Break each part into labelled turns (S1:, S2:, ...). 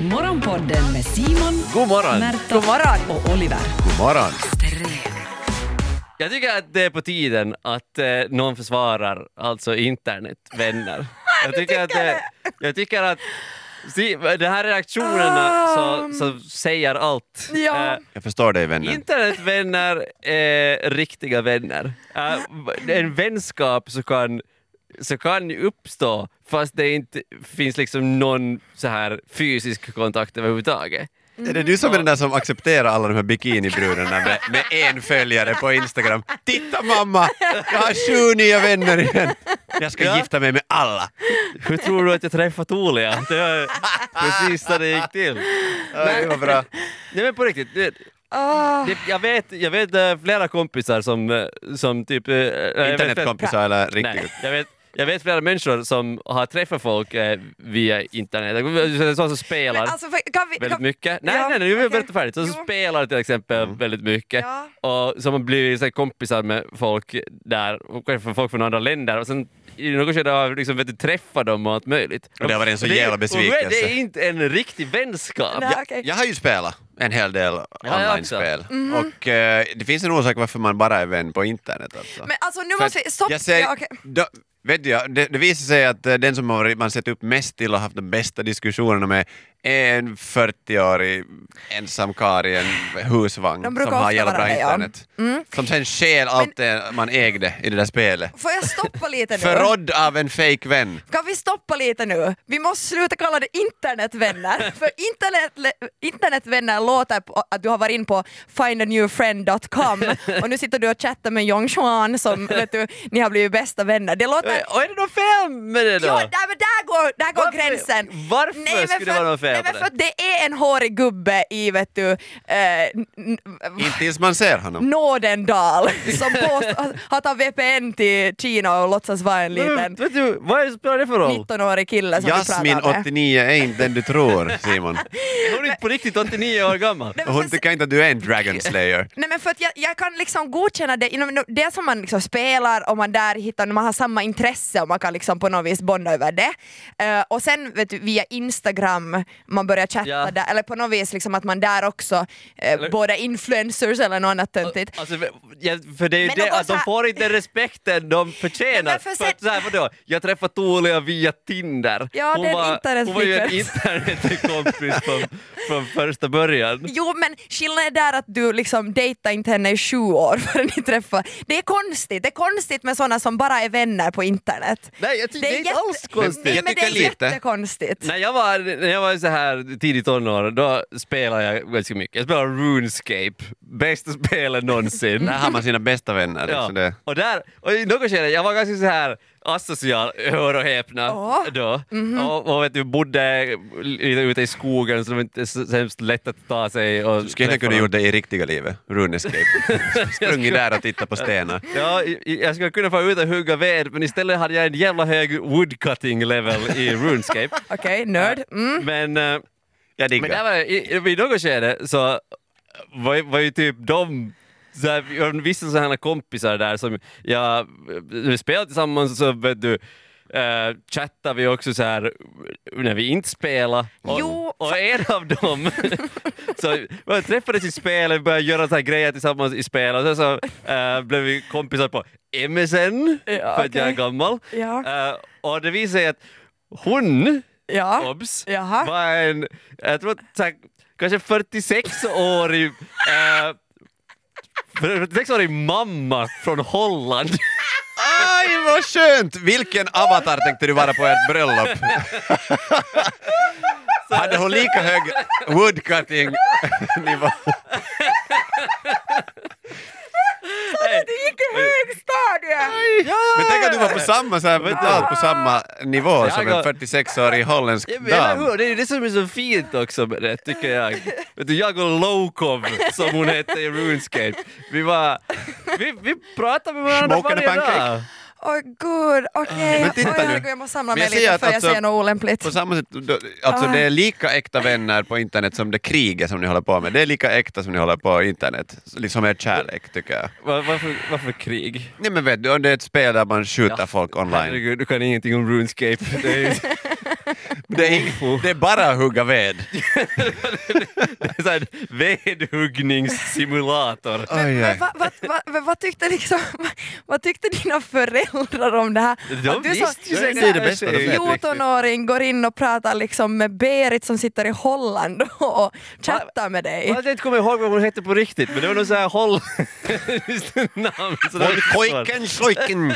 S1: Morgonpodden med Simon,
S2: God morgon.
S1: Märta
S3: God morgon.
S1: och Oliver.
S2: God morgon.
S1: Ström.
S2: Jag tycker att det är på tiden att eh, någon försvarar alltså internetvänner. Jag tycker, att, det- jag tycker att si, den här reaktionerna så, så säger allt.
S3: Ja.
S2: Eh,
S4: Jag förstår dig vännen.
S2: internetvänner är riktiga vänner. Eh, en vänskap så kan, så kan ju uppstå fast det inte finns liksom någon så här fysisk kontakt överhuvudtaget.
S4: Är det du som är den där som accepterar alla de här bikinibrudarna med, med en följare på Instagram? Titta mamma! Jag har sju nya vänner igen! Jag ska
S2: Ja.
S4: gifta mig med alla!
S2: Hur tror du att jag träffat Olia? Det var precis så det gick till.
S4: Ja, det var bra.
S2: Nej men på riktigt, det,
S3: Ah.
S2: det, jag, vet, jag vet eh, flera kompisar som, eh, som typ... eh, jag vet-
S4: Internetkompisar eller
S2: Nej,
S4: riktigt?
S2: jag vet, jag vet flera människor som har träffat folk eh, via internet, sådana som spelar
S3: Men alltså, för- kan vi,
S2: väldigt
S3: kan,
S2: mycket. Nej,
S3: Ja,
S2: nej, nej, nu vill jag
S3: okej.
S2: berätta färdigt. Så
S3: Jo.
S2: som spelar till exempel
S4: Mm.
S2: väldigt mycket
S3: Ja.
S2: och som har blivit så här, kompisar med folk där, och kanske folk från andra länder och sen i något skede har jag liksom, vet du, träffat dem och allt möjligt.
S4: Och det har varit en så jävla
S2: och
S4: besvikelse.
S2: Det är inte en riktig vänskap.
S3: Nej.
S4: Ja,
S3: okej. Mhm.
S4: Jag har ju spelat en hel del
S2: jag
S4: online-spel och eh, det finns en orsak varför man bara är vän på internet alltså.
S3: Men alltså nu
S4: För
S3: måste vi... Stopp!
S4: Jag säger,
S3: ja, okej.
S4: då, vet du, ja, det, det visar sig att eh, den som har varit- man sett upp mest till och haft de bästa diskussionerna med är en 40-årig ensam karl i en husvagn
S3: De
S4: som
S3: brukar
S4: har
S3: ofta
S4: jävla
S3: vara
S4: bra
S3: det, ja. Mm.
S4: internet. Som sen stjäl allt det man ägde i det där spelet.
S3: Får jag stoppa lite nu?
S4: Förrådd av en fake vän.
S3: Kan vi stoppa lite nu? Vi måste sluta kalla det internetvänner. För internet, internetvänner låter på att du har varit in på findanewfriend.com och nu sitter du och chattar med Jong Chuan som vet du, ni har blivit bästa vänner. Det låter...
S2: Och är det något fel med det då?
S3: Jo, nej, men där går, där går
S2: Varför-
S3: gränsen.
S2: varför
S3: men
S2: skulle det vara något fel
S3: nej, men
S2: på
S3: för att det är en hårig gubbe i, vet du, eh, n- n-
S4: Inte tills man ser honom.
S3: Nådendal som påstår att han VPN till Kina och låtsas vara en
S2: Men,
S3: liten
S2: vet du, vad spelar det för roll?
S3: 19-årig kille som vi
S4: Jasmin,
S3: pratar med.
S4: 89, är inte den du tror, Simon.
S2: Hon är på riktigt 89 år gammal.
S3: Nej,
S4: Och
S3: men
S4: hon
S3: för-
S4: tycker inte att du är en Dragon Slayer.
S3: Nej men för att jag, jag kan liksom godkänna det inom det som man liksom spelar och man där hittar, man har samma intresse och man kan liksom på något vis bonda över det. Eh, och sen vet du, via Instagram, man börjar chatta
S2: Ja.
S3: där, eller på något vis liksom att man där också, uh, båda influencers eller något annat töntigt.
S2: Alltså, för- ja, för det är ju
S3: Men
S2: det,
S3: någon
S2: att de
S3: så-
S2: får inte respekten de förtjänar.
S3: Nej, men för
S2: för att, så
S3: sen-
S2: här, vadå? Jag träffade Tuulia via Tinder.
S3: Ja, det är en
S2: hon var ju en
S3: internetflickvän.
S2: internetkompis från, från första början.
S3: Jo men skillnaden är där att du liksom dejtar inte henne i sju år förrän ni träffar. Det är konstigt, det är konstigt med sådana som bara är vänner på internet.
S2: Nej, jag tycker det är inte
S3: jätte-
S2: alls konstigt.
S3: Nej,
S4: Jag
S3: men det är
S4: tycker lite.
S3: jättekonstigt.
S2: När jag var, när jag var så här tidigt tonår, då spelade jag ganska mycket. Jag spelade RuneScape, bästa spelet någonsin.
S4: Där har man sina bästa vänner.
S2: Ja.
S4: Så Alltså det.
S2: Och, där, och i något skede, jag var ganska så här asocial, hör och häpna,
S3: Ja. Mhm.
S2: då. Och, och vet du, bodde lite ute i skogen så det var inte så så hemskt lätt att ta sig och
S4: Du skulle egentligen kunna
S2: träffa
S4: gjort det i riktiga livet, Runescape. Sprungit där och tittat på stenar.
S2: någon. Ja, i- i- jag skulle kunna få ut och hugga ved men istället hade jag en jävla hög woodcutting level i RuneScape.
S3: Okej, nörd. Mm.
S2: Men, eh,
S4: Jag
S2: men där
S4: diggar.
S2: var det, i, i något skede så eh, var, var ju typ de så här, jag har vissa sådana kompisar där som jag eh, vi spelade tillsammans så vet du eh, chattade vi också så här eh, när vi inte spelade. Och,
S3: Jo,
S2: och en av dem så vi träffades i spelet, började göra så här grejer tillsammans i spel och sen så eh, blev vi kompisar på MSN
S3: Ja,
S2: för att jag är
S3: okej.
S2: gammal.
S3: Ja.
S2: Eh, och det visade sig att hon
S3: Ja.
S2: obs,
S3: Ah, Jaha.
S2: var en, jag tror så här, kanske 46-årig eh, 46-årig mamma från Holland.
S4: Aj, vad skönt! Vilken avatar tänkte du vara på ert bröllop? Hade hon lika hög woodcutting-nivå?
S3: Du gick i högstadiet!
S4: Men tänk att du var på samma, så här, mentalt på samma nivå som en 46-årig holländsk
S2: Ja, men Eller
S4: dam.
S2: hur? Det är ju det som är så fint också med det, tycker jag. Vet du, jag och Lokov, som hon hette i RuneScape, vi var... Vi, vi pratade med varandra
S4: Smoking
S2: varje
S4: pancake.
S2: dag.
S3: Åh gud, okej.
S4: Men titta
S3: Oj,
S4: nu.
S3: herregud, Jag måste samla
S4: Men
S3: mig
S4: jag
S3: lite
S4: säger
S3: för
S4: att
S3: jag
S4: alltså-
S3: säger något olämpligt.
S4: På samma sätt, då- alltså
S3: Ah.
S4: det är lika äkta vänner på internet som det kriget som ni håller på med. Det är lika äkta som ni håller på internet, liksom er kärlek tycker jag.
S2: Var, varför, varför krig?
S4: Nej men vet du, om det är ett spel där man skjuter
S2: Ja,
S4: folk online.
S2: Herregud, du kan ingenting om RuneScape. Det är,
S4: Det är, ing- det är bara att hugga ved.
S2: Det är så här vedhuggningssimulator.
S4: Oj,
S3: Men
S4: oj.
S3: vad, vad, vad, vad, vad, tyckte liksom, vad tyckte dina föräldrar om det här?
S2: De
S3: Att du så-
S2: visste ju
S3: så-
S2: säkert
S3: så här,
S4: det bästa, de vet riktigt.
S3: 14-åring går in och pratar liksom med Berit som sitter i Holland och chattar med
S2: Jag
S3: dig.
S2: hade inte kommit ihåg vad hon hette på riktigt, men det var någon sån här holländskt namn. Så det var lite svårt.
S4: Pojken, slojken.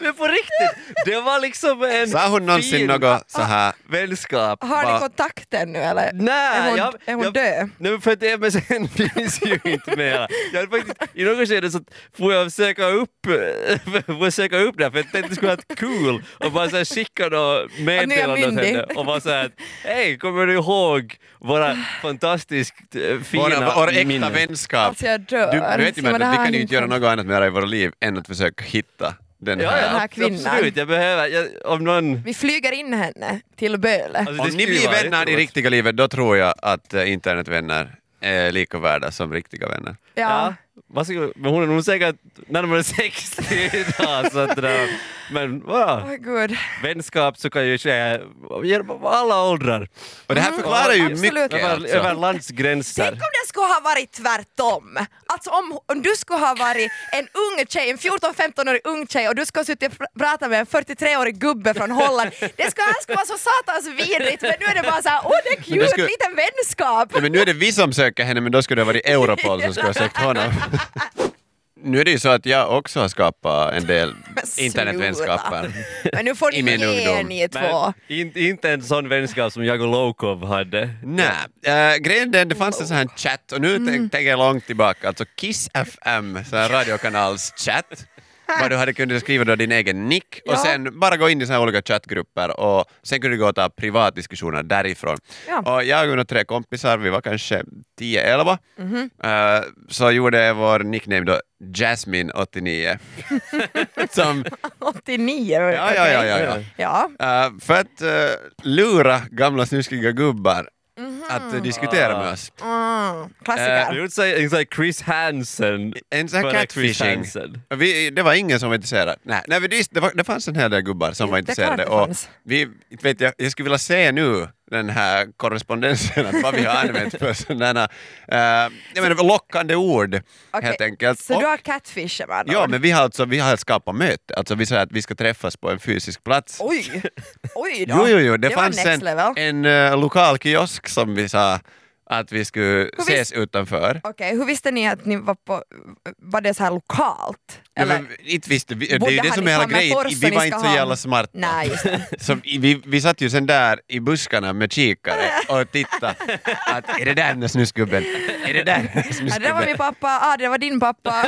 S2: Men på riktigt! Det var liksom en
S4: Sa hon någonsin
S2: fin
S4: något
S2: Ah.
S4: så här?
S2: vänskap.
S3: Har ni
S4: Va-
S3: kontakten nu eller?
S2: Nej,
S3: är hon,
S2: jag,
S3: är hon
S2: jag,
S3: död?
S2: Nej men för det, men sen finns ju inte mera. Jag hade faktiskt, I något skede så får jag söka upp, får jag söka upp det här för jag tänkte det skulle vara cool och bara så här skicka något meddelande åt
S3: myndig.
S2: henne och bara såhär hej kommer du ihåg våra fantastiskt eh, fina
S4: Vår, vår äkta
S2: minnen?
S4: vänskap.
S3: Alltså jag dör.
S4: Du vet ju
S3: Simon,
S4: men,
S3: det
S4: att vi
S3: här
S4: kan ju
S3: är
S4: inte göra
S3: sant.
S4: något annat mer i våra liv än att försöka hitta den
S2: Ja, alltså, ja,
S4: här.
S3: Den här
S2: ab-
S3: kvinnan.
S2: absolut, jag behöver, jag, om någon...
S3: Vi flyger in henne till Böle.
S2: Alltså, det
S4: Om
S2: skulle
S4: ni
S2: ju
S4: blir
S2: vara
S4: vänner i
S2: jätteroligt.
S4: riktiga livet, då tror jag att eh, internetvänner är lika värda som riktiga vänner.
S2: Ja.
S3: Ja.
S2: Varsågod. Men hon är nog säkert närmare 60 idag så att det där, Men
S3: Åh
S2: ja,
S3: gud.
S2: vänskap så kan ju ske genom alla åldrar.
S4: Och det här
S3: Mm,
S4: förklarar ju
S3: absolut.
S4: mycket.
S2: Över, över
S4: Alltså.
S2: landsgränser.
S3: Tänk om det skulle ha varit tvärtom! Alltså om, om du skulle ha varit en ung tjej, en 14-15-årig ung tjej och du skulle ha suttit och pr- pratat med en 43-årig gubbe från Holland. Det skulle, här skulle vara så satans vidrigt men nu är det bara såhär åh det är
S4: Men det
S3: kul,
S4: skulle-
S3: en liten vänskap!
S4: Nej, men nu är det vi som söker henne, men då skulle det ha varit Europol som skulle ha sökt honom. Nu är det ju så att jag också har skapat en del
S3: Men sluta.
S4: internetvänskaper.
S3: Men nu får ni
S4: I min
S3: ge er
S4: ungdom.
S3: ni två.
S2: Men in, inte en sån vänskap som jag och Lokov hade.
S4: Nej, eh, grejen är den, det fanns en sån här chatt och nu mm. tänker jag långt tillbaka, alltså Kiss FM, sån här radiokanals chatt. Vad du hade kunnat skriva då din egen nick och
S3: Ja.
S4: sen bara gå in i såna här olika chattgrupper och sen kunde du gå och ta privatdiskussioner därifrån.
S3: Ja.
S4: Och jag och mina tre kompisar, vi var kanske 10-11,
S3: Mhm.
S4: eh, så gjorde vår nickname då Jasmine89. som,
S3: 89?
S4: ja, ja, ja, ja, ja.
S3: ja.
S4: Eh, för att eh, lura gamla snuskiga gubbar att
S3: Mhm.
S4: eh, diskutera med oss.
S3: Mm,
S2: Eh, Du
S4: Eh,
S3: klassiker.
S2: gjorde så- en sån här Chris Hansen.
S4: En sån här
S2: före Chris
S4: catfishing.
S2: Hansen.
S4: Vi, det var ingen som var intresserad. Nej, nej vi, dis- det, var, det fanns en hel del gubbar som
S3: Ja,
S4: var
S3: det är
S4: intresserade.
S3: klart det
S4: och
S3: fanns.
S4: vi, inte vet jag, jag skulle vilja se nu den här korrespondensen, att vad vi har använt för sådana uh, jag menar, lockande ord
S3: Okej,
S4: helt enkelt.
S3: Så
S4: Och-
S3: du har catfishat med andra
S4: Ja,
S3: ord.
S4: men vi har alltså vi har skapat möte, alltså vi säger att vi ska träffas på en fysisk plats.
S3: Oj! Oj då!
S4: Jo, jo, jo, det,
S3: var
S4: fanns
S3: next
S4: en,
S3: level.
S4: en eh, lokal kiosk som vi sa att vi skulle
S3: visst-
S4: ses utanför.
S3: Okej, hur visste ni att ni var på, var det så här lokalt?
S4: Ja,
S3: Eller?
S4: men, inte visste vi, det är
S3: Borde
S4: ju det
S3: han
S4: som
S3: i
S4: är hela
S3: samma
S4: grejen,
S3: force
S4: vi
S3: ni
S4: var
S3: ska
S4: inte så
S3: ha?
S4: jävla smarta.
S3: Nej, just det.
S4: Så vi- vi, vi satt ju sen där i buskarna med kikare och tittade. Att, är det där den där snusgubben? Är det där den där
S3: Ja, det där var
S4: snusgubben?
S3: min pappa, ah, det var din pappa,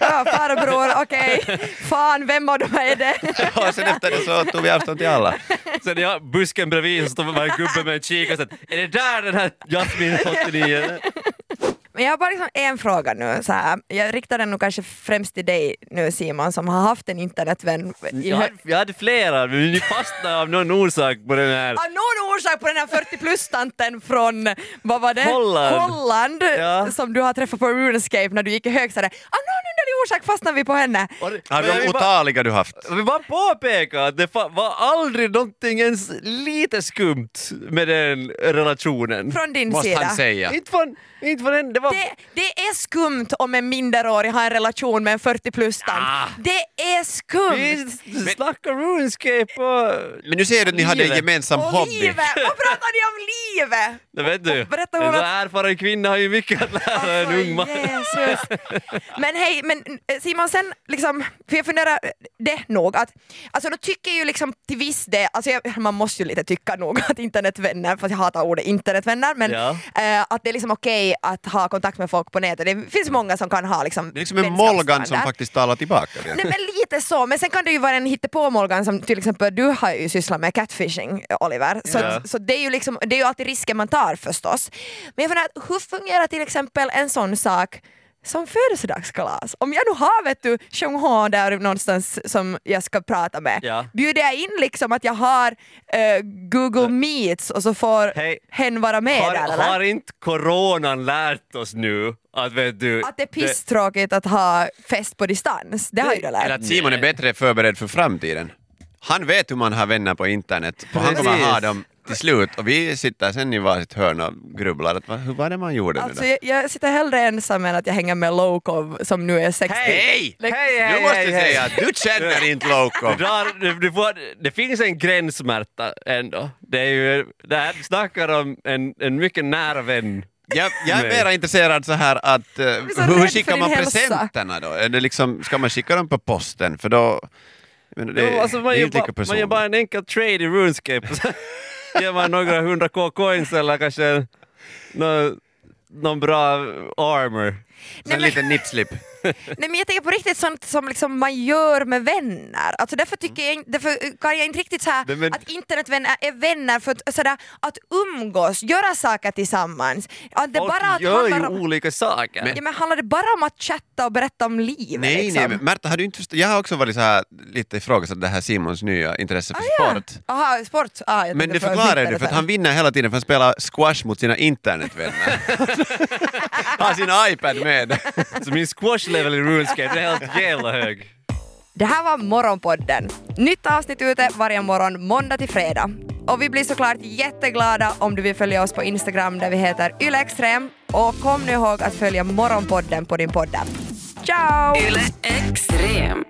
S3: ja, farbror, okej, fan vem av dem är det?
S4: Och sen efter det så tog vi avstånd till alla.
S2: Sen jag busken bredvid så stod man en gubbe med en kikare och sa är det där den här Jasmin 89?
S3: Men jag har bara liksom en fråga nu, så här. jag riktar den nog kanske främst till dig nu Simon som har haft en internetvän. I
S2: Jag
S3: hö-
S2: hade, jag hade flera, men ni fastnade av någon orsak på den här.
S3: av någon orsak på den här 40 plus-tanten från, vad var det?
S2: Holland.
S3: Holland
S2: Ja.
S3: som du har träffat på Runescape när du gick i högstadiet. Av Ah, någon underlig orsak fastnade vi på henne.
S4: Har
S2: Men jag
S4: de
S2: vill bara-
S4: otaliga du haft?
S2: Jag vill bara påpeka att det fa- var aldrig någonting ens lite skumt med den relationen.
S3: Från din
S4: Måste
S3: sida.
S4: han säga.
S2: Inte från, inte från en, det var...
S3: Det, det är skumt om en minderårig har en relation med en 40 plus-tant.
S2: Ah.
S3: Det är skumt!
S2: Vi snackar RuneScape och...
S4: Men nu ser du att ni hade en
S2: Livet.
S4: gemensam
S3: Och
S4: hobby.
S3: livet! Vad pratar ni om livet?
S2: Det vet du,
S3: berätta Alltså, hur
S2: en så
S3: att-
S2: erfaren kvinna har ju mycket att
S4: Alltså,
S2: lära en ung man.
S3: Jesus. Men hej, men eh, Simon, sen liksom, för jag funderar eh, det nog att, alltså då tycker jag ju liksom till viss del, alltså jag, man måste ju lite tycka nog att internetvänner, fast jag hatar ordet internetvänner, men
S2: Ja.
S3: eh, att det är liksom okej att ha kontakt med folk på nätet. Det finns många som kan ha liksom
S4: Det är liksom en Molgan som
S3: vänskapsstandard.
S4: faktiskt talar tillbaka. Det.
S3: Nej men lite så, men sen kan det ju vara en hittepåmålgan som till exempel du har ju sysslat med catfishing Oliver, så,
S2: Ja.
S3: så det, är ju liksom, det är ju alltid risken man tar förstås. Men jag funderar, hur fungerar till exempel en sån sak som födelsedagskalas? Om jag nu har vet du Chongha där någonstans som jag ska prata med,
S2: Ja.
S3: bjuder jag in liksom att jag har eh, Google Meets och så får
S2: Hej.
S3: hen vara med där
S2: Har,
S3: eller?
S2: har inte coronan lärt oss nu att vet du...
S3: Att det är pisstråkigt att ha fest på distans, det har ju du lärt
S4: Eller att Simon är bättre förberedd för framtiden. Han vet hur man har vänner på internet och han kommer
S2: Precis.
S4: ha dem till slut och vi sitter sen i varsitt hörn och grubblar. Att, "Va, hur var det man gjorde
S3: Alltså
S4: nu då?
S3: jag, jag sitter hellre ensam än att jag hänger med Lokov som nu är 60.
S4: Hej!
S3: Liksom-
S2: Hej, hej,
S4: Nu måste
S2: hej,
S4: jag
S2: hej.
S4: säga att du känner inte Loco.
S2: Du drar, du, du får, det finns en gränssmärta ändå. Det är ju, det här, du snackar om en, en mycket nära vän.
S4: Jag, jag är
S2: Nej.
S4: mera intresserad så här att eh,
S3: blir så
S4: hur, hur
S3: rädd
S4: skickar
S3: för
S4: man
S3: din hälsa.
S4: presenterna då? Är det liksom, ska man skicka dem på posten? För då... Jag menar, det,
S2: Jo, alltså,
S4: det
S2: man,
S4: är
S2: gör
S4: inte lika
S2: bara, man gör
S4: personligt.
S2: bara en enkel trade i RuneScape och så ger man några hundra K coins eller kanske någon, någon bra armor.
S4: Sen
S3: men-
S4: lite nipslip.
S3: Nej men jag tänker på riktigt sånt som liksom man gör med vänner. Alltså därför,
S4: Mm.
S3: tycker jag, in- därför kan jag inte riktigt så här
S2: Nej, men-
S3: att internetvänner är vänner för att, sådär, att umgås, göra saker tillsammans. Att det
S2: Folk
S3: bara att
S2: gör ju
S3: handlar om,
S2: olika saker.
S3: ja, men handlar det bara om att chatta och berätta om livet?
S4: Nej,
S3: liksom?
S4: nej, men Märta, har du inte förstått? Jag har också varit så här lite ifrågasatt det här Simons nya intresse för
S3: Ah,
S4: sport.
S3: Aha, sport. Ah, jag
S4: Men
S3: tänkte
S4: det
S3: på
S4: förklarar du,
S3: internet
S4: för att
S3: här.
S4: han vinner hela tiden för han spelar squash mot sina internetvänner. har sin iPad med.
S2: Så min squash level i RuneScape det är helt jävla hög.
S3: Det här var Morgonpodden. Nytt avsnitt ute varje morgon måndag till fredag. Och vi blir såklart jätteglada om du vill följa oss på Instagram där vi heter ylextrem. Och kom nu ihåg att följa Morgonpodden på din podd. Ciao!
S1: Yle Extrem.